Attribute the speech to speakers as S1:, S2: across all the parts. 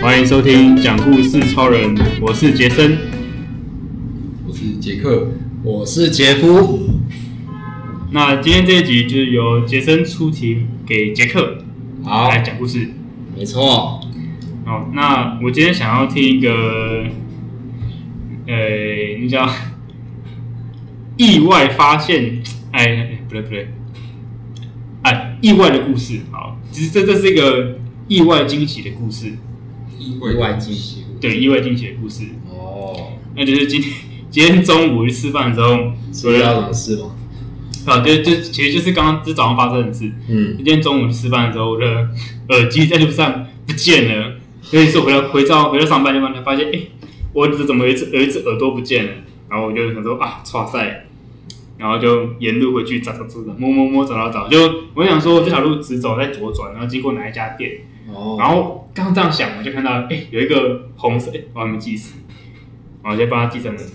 S1: 欢迎收听《讲故事超人》，我是杰森。
S2: 我是杰克，
S3: 我是杰夫，
S1: 那今天这一集就是由杰森出题给杰克
S2: 好，
S1: 来讲故事。
S3: 没错，
S1: 好，那我今天想要听一个，呃，你叫 意外发现，哎哎，不对不对，哎，意外的故事。好，其实这这是一个意外惊喜的故事，
S2: 意
S3: 意外惊喜。
S1: 对，意外惊喜的故事。
S3: 哦，
S1: 那就是今天今天中午去吃饭的时候，
S3: 知道什么事吗？
S1: 啊，就就其实就是刚刚就是早上发生的事。
S3: 嗯，
S1: 今天中午吃饭的时候，我的耳机在路上不见了，所以是回到回到回到上班地方才发现，哎、我这怎么有一只有一只耳朵不见了？然后我就想说啊，哇塞！然后就沿路回去找找找找，摸摸摸找找找，就我想说这条路直走，再左转，然后经过哪一家店，
S3: 哦，
S1: 然后刚这样想，我就看到哎、有一个红色，哎、我还没记死，然后我就帮他记成文章，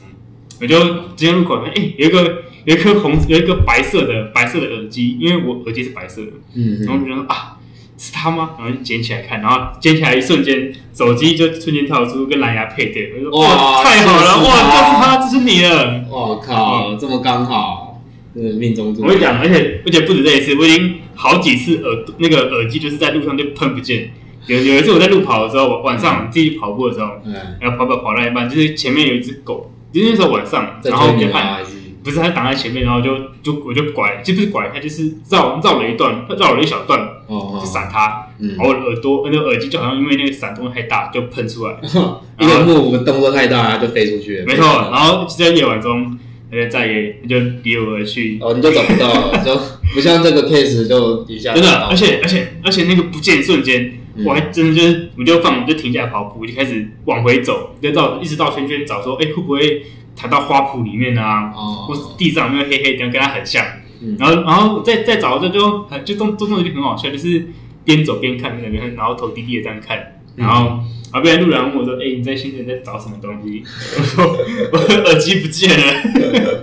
S1: 我就直接入口，哎、有一个有一颗红有一个白色的白色的耳机，因为我耳机是白色的，
S3: 嗯
S1: 然后
S3: 嗯，
S1: 我就想说啊是他吗？然后就捡起来看，然后捡起来一瞬间，手机就瞬间跳出跟蓝牙配对，我就说哇
S3: 哇
S1: 太好了，
S3: 就是他
S1: 哇就是他，这是你了。
S3: 我靠，这么刚好，真的命中注
S1: 我跟你
S3: 定。
S1: 讲，而且而且不止这一次，我已经好几次耳那个耳机就是在路上就碰不见。有有一次我在路跑的时候，我晚上自己跑步的时候，
S3: 嗯，
S1: 然后跑跑跑到一半，就是前面有一只狗，就是那时候晚上，
S3: 在
S1: 然后
S3: 追
S1: 我
S3: 你啊
S1: 就
S3: 吗？
S1: 看，
S3: 还是
S1: 不是它挡在前面，然后就就我就拐，就不是拐它，就是绕绕了一段，绕了一小段
S3: 哦
S1: 就闪它，
S3: 嗯
S1: 然后我的耳朵那个耳机就好像因为那个闪动太大就喷出来，
S3: 哦，一个幕的动作太大，它就飞出去了。
S1: 没错，然后就在夜晚中，它就再也它就离我而去，
S3: 哦，你就找不到了，就不像这个 case 就一下
S1: 真
S3: 找
S1: 的，啊
S3: 到
S1: 而且而且而且那个不见瞬间，
S3: 嗯
S1: 我还真的就是，我就放，我就停下来跑步，就开始往回走，就到一直到圈圈找说，哎、会不会弹到花圃里面啊，或是
S3: 哦，
S1: 地上有没有黑黑的，跟它很像。
S3: 嗯
S1: 然后然后再再找这就很就动动作就很好笑，就是边走边看，边走边看，然后头低低的这样看，
S3: 嗯
S1: 然后。啊！被路人问我说：“哎、你在新店在找什么东西？”我说：“我的耳机不见了。”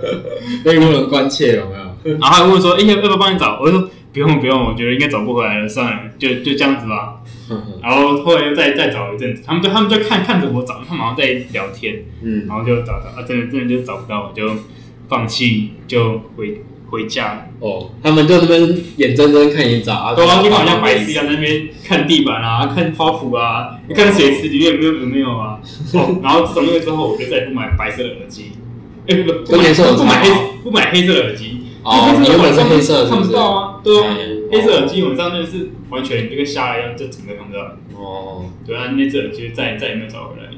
S3: 被路人关切有没有？
S1: 然后还问我说：“哎、要要不要帮你找？”我就说：“不用不用，我觉得应该找不回来了，算了，就就这样子吧。”然后后来又再再找一阵子，他们就他们就看看着我找，他们好像在聊天，
S3: 嗯
S1: 然，后就找找啊，真的真的就找不到，我就放弃，就回回家。
S3: 哦，他们就这边眼睁睁看你找，
S1: 对啊，就好像白痴一样在那边看地板啊，看花圃啊，看水池里面有没有有没有 啊。哦，然后自从那个之后，我就再也不买白色的耳机， 哎，不不
S3: 跟颜色有
S1: 不买
S3: 差
S1: 黑
S3: 吗
S1: 不买黑色的耳机。
S3: 哦，
S1: 就
S3: 你原本是
S1: 晚上
S3: 黑色的，
S1: 看不到啊，对啊
S3: 嗯，
S1: 黑色耳机晚上真的是完全就跟瞎了一样，就整个看不到。
S3: 是不是。哦，
S1: 对啊，那只耳机再再也没有找回来。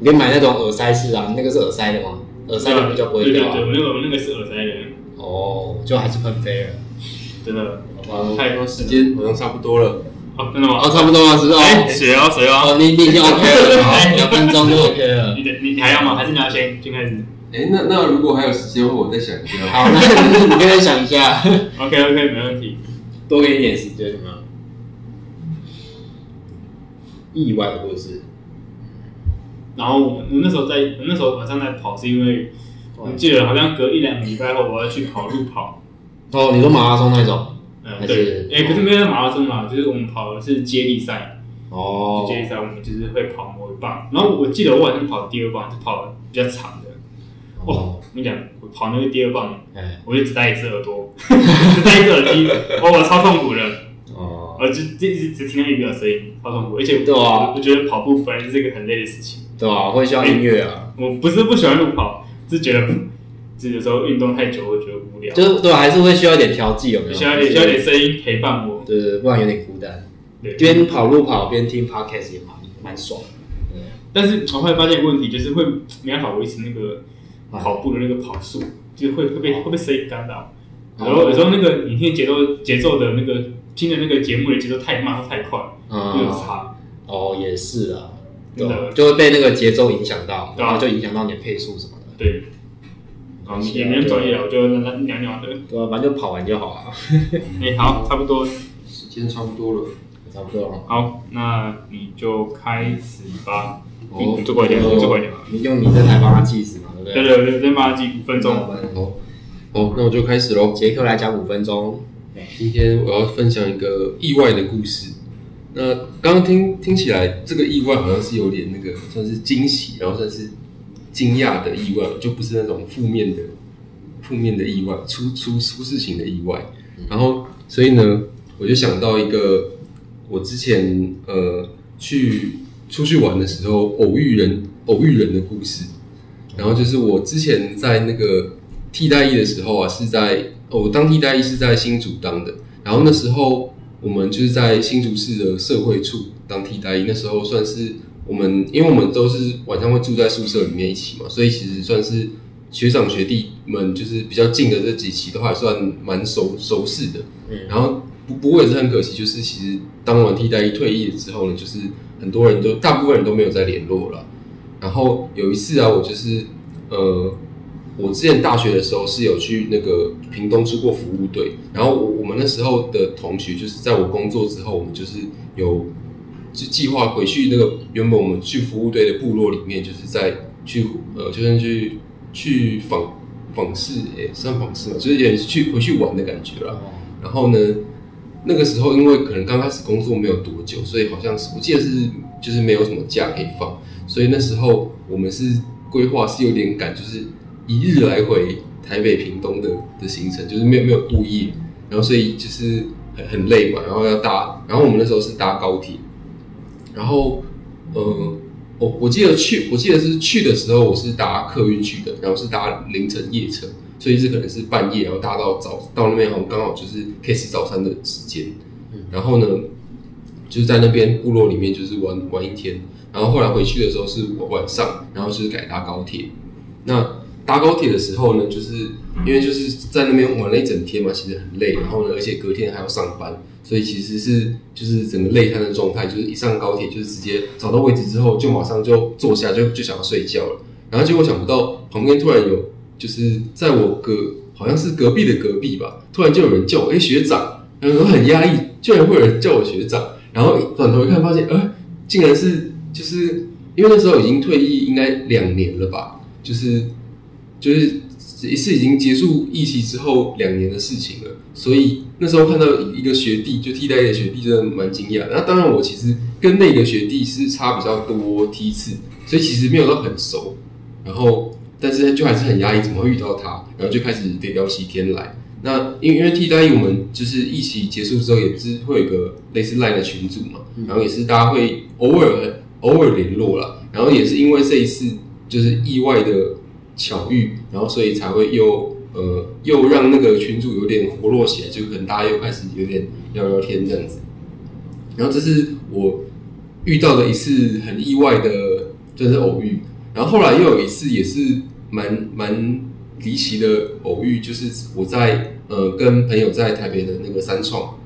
S3: 你可以买那种耳塞式啊，那个是耳塞的吗？耳塞的比较不会掉、啊。
S1: 对对对，我那个我那个是耳塞的，
S3: 哦，就还是喷飞了。
S1: 真的。
S3: 好吧，
S1: 太多事
S3: 时
S1: 了
S3: 间
S2: 嗯好像差不多了，
S1: 哦，真的吗
S3: 哦，？差不多了，是不是？
S1: 哎，
S3: 哦，
S1: 谁哦谁哦？
S3: 哦你你已经 OK 了，好，两分钟就 OK 了。
S1: 你得你你还要吗？还是你要先先开始
S2: 哎，那那如果还有时间的话，我再想一
S1: 哎
S2: 下。
S3: 好，那你你可以想一下，
S1: ？OK OK，没问题。
S3: 多给你一点时间吗？意外的故事，
S1: 然后我我那时候在我那时候晚上在跑，是因为我
S3: 嗯
S1: 记得好像隔一两个礼拜后我要去跑路跑。
S3: 哦，你说马拉松那种？
S1: 嗯，
S3: 还
S1: 对
S3: 是，
S1: 哎，可是没有马拉松嘛，就是我们跑的是接力赛，
S3: 哦
S1: 接力赛我们就是会跑某一棒，然后我记得我好像跑第二棒是跑比较长的，哦
S3: 哦，，
S1: 我跟你讲，我跑那个第二棒，
S3: 哎，
S1: 我就只戴一只耳朵， 只戴一只耳机，哦，我超痛苦的。
S3: 哦，
S1: 呃，就就一直只听到一个声音，超痛苦。而且
S3: 对啊
S1: 我我觉得跑步本来就是一个很累的事情。
S3: 对吧？会需要音乐啊，
S1: 我不是不喜欢路跑，是觉得就有时候运动太久，我觉得无聊，
S3: 就是对，还是会需要一点调剂，有没有？
S1: 需要一点需要一点声音陪伴我。
S3: 对，对对，不然有点孤单。
S1: 对，
S3: 边跑路跑边听 podcast 也蛮蛮爽的。
S1: 但是我后来发现一个问题，就是会没办法维持那个
S3: 啊
S1: 跑步的那个跑速，就是会会被会被声音干扰。
S3: 哦
S1: 然后有时候那个你听节奏节奏的那个听的那个节目的节奏太慢或太快，会有
S3: 嗯，
S1: 差。
S3: 哦，也是啊，对
S1: 真
S3: 吧
S1: 的，
S3: 就会被那个节奏影响到，
S1: 对啊
S3: 然后就影响到你的配速什么的，
S1: 对，然后也没人专业啊了，我就懒懒袅袅的。
S3: 对啊，反正就跑完就好了，
S1: 哎、好，差不多，
S2: 时间差不多了，
S3: 差不多啊了。
S1: 好，那你就开始吧。嗯
S2: 哦
S1: 你，做快一点，
S3: 就
S1: 你做快一点吧。
S3: 你用你这台帮他计时嘛，对不哦
S1: 对
S3: 对？
S1: 对对，再把它记五分钟。
S2: 好，好，那我就开始喽。
S3: 杰克来讲五分钟，
S2: 今天我要分享一个意外的故事。那刚刚听听起来，这个意外好像是有点那个，算是惊喜，然后算是惊讶的意外，就不是那种负面的负面的意外，出出出事情的意外。然后，所以呢，我就想到一个，我之前呃去出去玩的时候偶遇人偶遇人的故事。然后就是我之前在那个替代役的时候啊，是在哦我当替代役是在新竹当的，然后那时候我们就是在新竹市的社会处当替代役，那时候算是我们，因为我们都是晚上会住在宿舍里面一起嘛，所以其实算是学长学弟们就是比较近的这几期都还算蛮熟熟识的，
S3: 嗯
S2: 然后不不过也是很可惜，就是其实当完替代役退役之后呢，就是很多人都大部分人都没有再联络了。然后有一次啊，我就是呃，我之前大学的时候是有去那个屏东出过服务队，然后我我们那时候的同学就是在我工作之后，我们就是有就计划回去那个原本我们去服务队的部落里面，就是在去呃，就是去去访访视，诶、算访视嘛，就是有点去回去玩的感
S1: 啊
S2: 觉啦。
S3: 哦
S2: 然后呢，那个时候因为可能刚开始工作没有多久，所以好像是我记得是就是没有什么假可以放，所以那时候我们是规划是有点赶，就是一日来回台北屏东的的行程，就是没有没有故意，然后所以就是很很累嘛，然后要搭，然后我们那时候是搭高铁，然后呃，我我记得去，我记得是去的时候我是搭客运去的，然后是搭凌晨夜车，所以是可能是半夜，然后搭到早到那边，好像刚好就是可以吃早餐的时间。然后呢，就是在那边部落里面就是玩玩一天，然后后来回去的时候是晚上，然后就是改搭高铁。那搭高铁的时候呢，就是因为就是在那边玩了一整天嘛，其实很累，然后呢，而且隔天还要上班，所以其实是就是整个累瘫的状态，就是一上高铁就是直接找到位置之后就马上就坐下，就就想要睡觉了。然后结果想不到旁边突然有，就是在我隔好像是隔壁的隔壁吧，突然就有人叫我哎、学长，然后我很压抑，居然会有人叫我学长，然后转头一看发现，呃，竟然是就是因为那时候已经退役应该两年了吧，就是就是是已经结束疫期之后两年的事情了，所以那时候看到一个学弟就替代役的学弟，真的蛮惊讶的。那当然，我其实跟那个学弟是差比较多梯次，所以其实没有到很熟。然后，但是就还是很压抑，怎么会遇到他？然后就开始得聊起天来。那因为因为替代役，我们就是一起结束之后，也是会有个类似 LINE 的群组嘛，然后也是大家会偶尔偶尔联络啦。然后也是因为这一次就是意外的巧遇，然后所以才会又呃又让那个群组有点活络起来，就可能大家又开始有点聊聊天这样子。然后这是我遇到的一次很意外的，就是偶遇。然后后来又有一次也是蛮蛮离奇的偶遇，就是我在呃跟朋友在台北的那个三创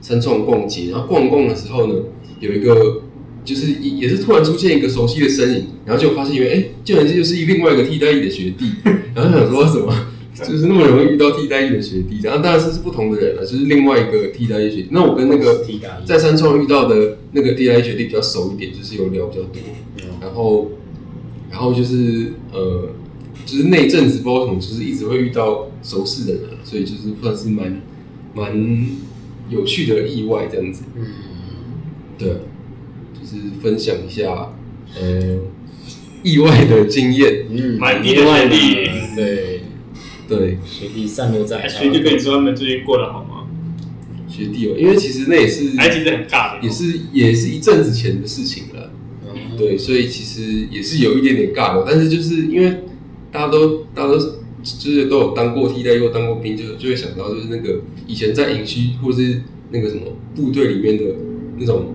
S2: 三创逛街，然后逛逛的时候呢，有一个就是也也是突然出现一个熟悉的身影，然后就发现原来哎，竟然这就是另外一个替代役的学弟，然后想说 什么。就是那么容易遇到替代役的学弟，然后当然是是不同的人了，就是另外一个替代役学弟。那我跟那个
S3: 替代役
S2: 在三创遇到的那个 DI 学弟比较熟一点，就是有聊比较多，
S1: 嗯
S2: 然后然后就是呃，就是那一阵子不知道为什么，就是一直会遇到熟识的人，啊所以就是算是蛮蛮有趣的意外这样子。
S3: 嗯，
S2: 对，就是分享一下呃意外的经验。
S3: 嗯，
S1: 满地的学弟
S3: 对，
S2: 对，
S3: 学弟散落在
S1: 哎学弟跟你说他们最近过得好吗？
S2: 学弟哦，因为其实那也是
S1: 哎，其实很尬的，
S2: 也是也是一阵子前的事情了。
S3: 嗯
S2: 对，所以其实也是有一点点尬的，但是就是因为大家都大家都就是都有当过替代役，又当过兵，就就会想到就是那个以前在营区或是那个什么部队里面的那种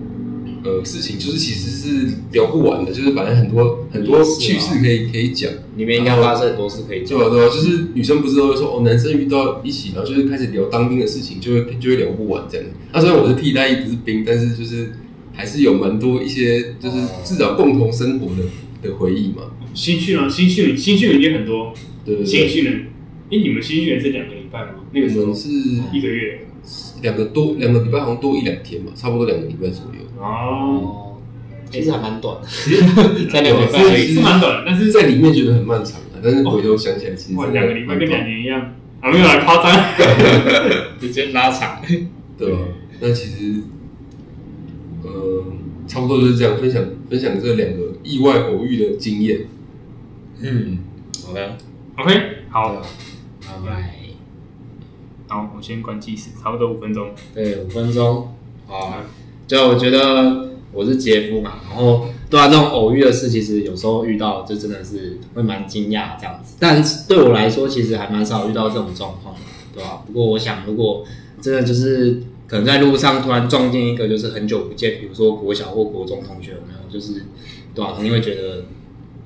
S2: 呃事情，就是其实是聊不完的，就是反正很多很多
S3: 也是啊
S2: 趣事可以可以讲。
S3: 里面应该发生很多事可以
S2: 对
S3: 做。
S2: 吧？对吧？就是女生不是都会说哦，男生遇到一起，然后就是开始聊当兵的事情，就会就会聊不完这样。那虽然我是替代役，不是兵，但是就是还是有蛮多一些，就是至少共同生活的的回忆嘛。
S1: 新训啊，新训，新训人也很多，
S2: 对对
S1: 新
S2: 对，
S1: 训人，哎，你们新训人是两个礼拜吗？那个时候
S2: 我们是
S1: 一个月，
S2: 两个多两个礼拜，好像多一两天嘛，差不多两个礼拜左右。
S1: 哦，
S3: 哦，其实还蛮短的，
S1: 对
S3: 在两
S2: 嗯
S3: 个礼
S1: 吧
S3: 拜
S1: 是
S3: 而已
S1: 是蛮短的，但是哦
S2: 在里面觉得很漫长的，但是嗯回头想起来，其实
S1: 哇，
S2: 真的
S1: 两个礼拜
S2: 蛮
S1: 跟
S2: 短
S1: 两年一样，啊，没有啦，夸 张，
S3: 直接拉长。
S2: 啊对吧？那其实，呃，不多就是这样分享分享这两个意外偶遇的 经验。
S3: 嗯，好的，
S1: OK，好，
S2: 啊
S3: 拜拜。
S1: 好，我先关计时，差不多五分钟。
S3: 对，五分钟啊。就我觉得我是杰夫嘛，然后对啊，这种偶遇的事，其实有时候遇到就真的是会蛮惊讶这样子。但是对我来说，其实还蛮少遇到这种状况的，对吧、不过我想，如果真的就是可能在路上突然撞见一个就是很久不见，比如说国小或国中同学，有没有？就是对吧、肯定会觉得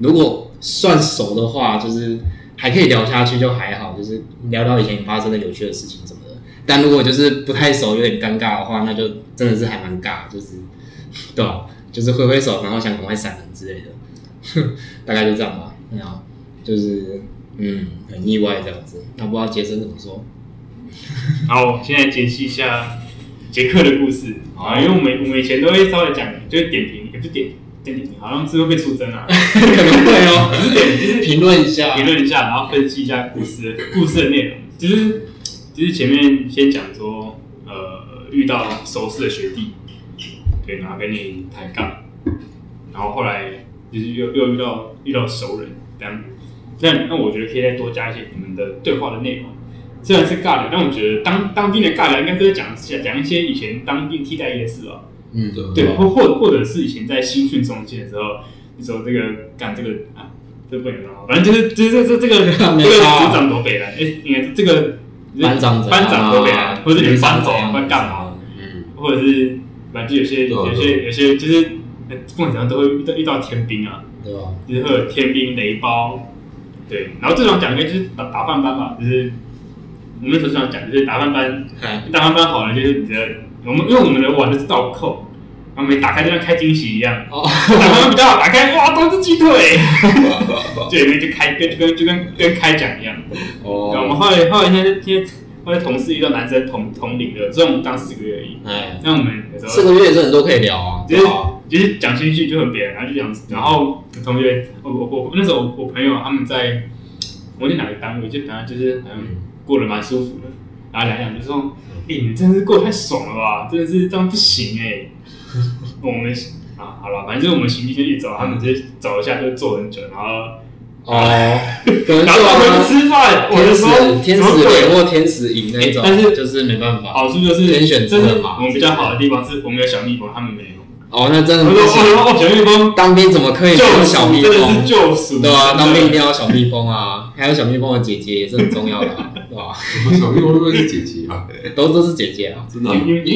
S3: 如果算熟的话，就是还可以聊下去，就还好，就是聊到以前发生的有趣的事情什么的。但如果就是不太熟，有点尴尬的话，那就真的是还蛮尬，就是对吧、就是挥挥手，然后想赶快闪人之类的， 大概就这样吧。然后就是嗯，很意外这样子。那不知道杰森怎么说？
S1: 好，现在解析一下杰克的故事
S3: 好
S1: 啊，因为我们我们以前都会稍微讲，就是点评，也不是点点评，好像是会被出征啊，
S3: 可能会哦，
S1: 就是
S3: 评论一下
S1: 评论一下，然后分析一下故事故事的内容。就是就是前面先讲说，呃，遇到熟识的学弟，对，然后跟你抬杠，然后后来就是又又遇到遇到熟人这样。那那我觉得可以再多加一些你们的对话的内容。虽然是尬聊，但我觉得当当兵的尬聊应该都是讲讲一些以前当兵替代役的事吧。
S3: 嗯，
S1: 对，或或或者是以前在新训中间的时候，你说这个干这个啊，这不能啊，反正就是就是这这这个这个
S3: 没
S1: 组
S3: 差啊
S1: 长多北来，哎、应该是这个
S3: 班长怎样
S1: 班长多北来，或者你
S3: 班
S1: 们班
S3: 长怎
S1: 长
S3: 样
S1: 会干嘛，？
S3: 嗯，
S1: 或者是反正有些
S2: 对啊
S1: 有
S2: 对
S1: 些有些就是呃共产党都会遇到遇到天兵啊，
S3: 对吧、
S1: 就是会有天兵雷包，对，然后最常讲应该就是打打饭班吧，就是我们那时候最常讲就是打饭班
S3: 嗨
S1: 打完班好了，就是你的，我们因为我们的碗就是倒扣，然后每打开就像开惊喜一样，
S3: 哦，
S1: 打完班比较好，打开哇都是鸡腿，
S3: 哦
S1: 这里面就开跟就跟就跟跟开奖一样。然后我们
S2: 哦，
S1: 后来后来现在现在后来同事遇到男生同同龄的，虽然我们当四个月而已，
S3: 哎，
S1: 那我们有时
S3: 这
S1: 候
S3: 个月也是很多可以聊啊，
S1: 就
S3: 对
S1: 是
S3: 吧、
S1: 就是讲兴趣就很别人，然后就讲，然后同学我我我那时候我我朋友他们在，我在哪个单位就反正就是嗯过得蛮舒服的，然后两两就说，哎、你真的是过得太爽了吧，真的是这样不行哎、 我们啊好了，反正就是我们行李就一直找，他们就找一下就坐很久，然后
S3: 哦，可能
S1: 然后
S3: 就
S1: 他们
S3: 啊
S1: 不吃饭，我就说
S3: 天使天
S1: 什么
S3: 使
S1: 鬼
S3: 连或天使赢那一种，
S1: 哎但是
S3: 就是没办法。
S1: 好处就是
S3: 人选之
S1: 这
S3: 人嘛
S1: 是我们比较好的地方是我们有小蜜蜂，他们没有。
S3: 哦，那真的
S1: 我
S3: 不
S1: 说
S3: 行。
S1: 哦哦，小蜜蜂
S3: 当兵怎么可以没
S1: 救
S3: 有
S1: 赎
S3: 小蜜
S1: 真的是
S3: 蜂？
S1: 救赎，
S3: 对啊，
S1: 真的
S3: 当兵一定要有小蜜蜂啊，还有小蜜蜂的姐姐也是很重要的、啊，对吧、
S2: 小蜜会不会是姐姐 啊？
S3: 都都是姐姐啊，
S2: 真的啊、
S1: 因为
S3: 有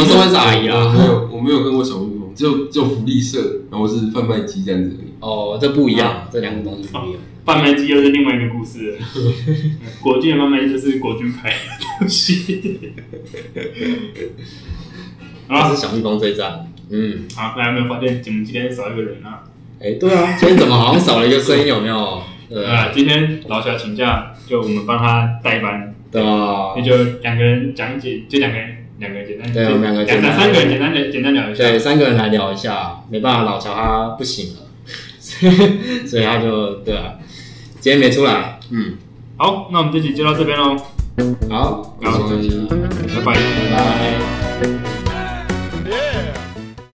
S3: 有时候会是阿姨
S2: 我
S3: 啊。
S2: 没有，我没有跟过小蜜蜂，只有只有福利社，然后是贩卖机这样子而已。
S3: 哦，这不一样，这两个东西不一样。
S1: 贩卖机又是另外一个故事了。 国军的贩卖机就是国军牌的东西。
S3: 但
S1: 啊
S3: 是小蜜蜂最赞。嗯，
S1: 好，大家有没有发现，我们今天少一个人啊？
S3: 哎，对啊，今天怎么好像少了一个声音？有没有？
S1: 对
S3: 对啊，
S1: 啊，今天老小请假，就我们帮他代班，
S3: 对啊
S1: 那，就两个人讲解，就两个人，两个人简单，
S3: 对我们两个
S1: 两
S3: 简单
S1: 三三个人简单的简单聊一下。
S3: 对，三个人来聊一下，没办法，老乔他不行了， 所以所以他就对啊，今天没出来。嗯，
S1: 好，那我们这集就到这边喽，
S3: 好，
S1: 好
S3: 我们休息一下
S1: 拜拜。
S3: 拜拜。